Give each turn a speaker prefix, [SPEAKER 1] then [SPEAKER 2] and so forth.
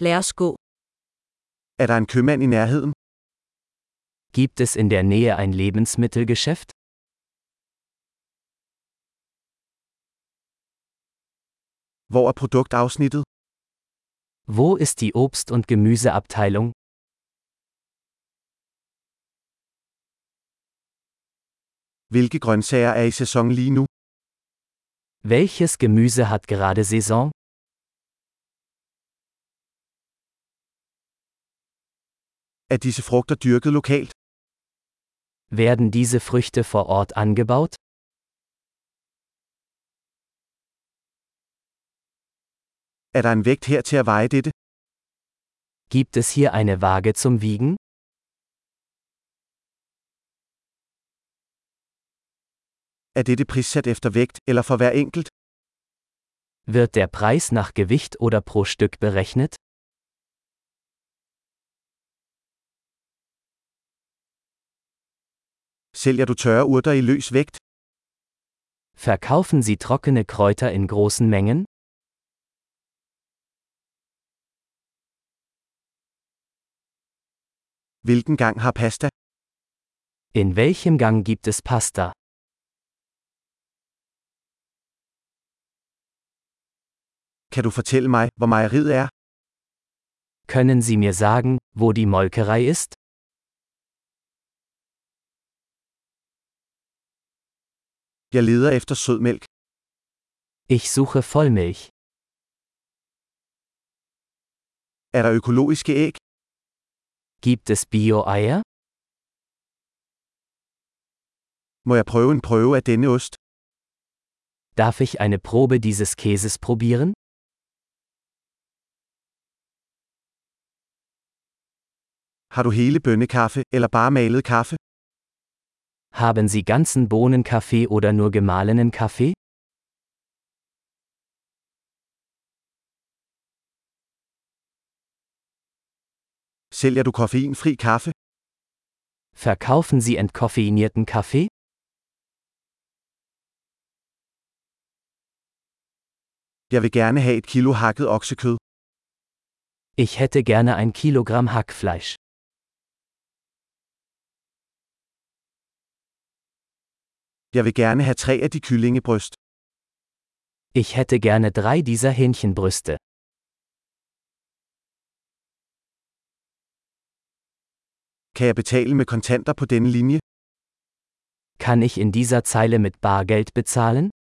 [SPEAKER 1] Lad os gå.
[SPEAKER 2] Er der en købmand i nærheden?
[SPEAKER 3] Gibt es in der Nähe ein Lebensmittelgeschäft?
[SPEAKER 2] Hvor er produktafsnittet?
[SPEAKER 3] Wo ist die Obst- und Gemüseabteilung?
[SPEAKER 2] Hvilke grøntsager er i sæson lige nu?
[SPEAKER 3] Welches Gemüse hat gerade Saison?
[SPEAKER 2] Er disse frugter dyrket lokalt?
[SPEAKER 3] Werden diese Früchte vor Ort angebaut?
[SPEAKER 2] Er der en vægt her til at veje dette?
[SPEAKER 3] Gibt es hier eine Waage zum Wiegen?
[SPEAKER 2] Er dette prissat efter vægt eller for hver enkelt?
[SPEAKER 3] Wird der Preis nach Gewicht oder pro Stück berechnet?
[SPEAKER 2] Sælger du tørre urter i løs vægt?
[SPEAKER 3] Verkaufen Sie trockene Kräuter in großen Mengen?
[SPEAKER 2] Hvilken gang har pasta?
[SPEAKER 3] In welchem Gang gibt es Pasta?
[SPEAKER 2] Kan du fortælle mig, hvor mejeriet er?
[SPEAKER 3] Können Sie mir sagen, wo die Molkerei ist?
[SPEAKER 2] Jeg leder efter sødmælk.
[SPEAKER 3] Ich suche Vollmilch.
[SPEAKER 2] Er der økologiske æg?
[SPEAKER 3] Gibt es Bio-Eier?
[SPEAKER 2] Må jeg prøve en prøve af denne ost?
[SPEAKER 3] Darf ich eine Probe dieses Käses probieren?
[SPEAKER 2] Har du hele bønnekaffe eller bare malet kaffe?
[SPEAKER 3] Haben Sie ganzen Bohnenkaffee oder nur gemahlenen Kaffee?
[SPEAKER 2] Sælger du koffeinfri kaffe?
[SPEAKER 3] Verkaufen Sie entkoffeinierten Kaffee?
[SPEAKER 2] Jeg vil gerne have et kilo hakket oksekød.
[SPEAKER 3] Ich hätte gerne ein Kilogramm Hackfleisch.
[SPEAKER 2] Jeg vil gerne have tre af de kyllingebryst.
[SPEAKER 3] Ich hätte gerne drei dieser Hähnchenbrüste.
[SPEAKER 2] Kan jeg betale med kontanter på denne linje?
[SPEAKER 3] Kann ich in dieser Zeile mit Bargeld bezahlen?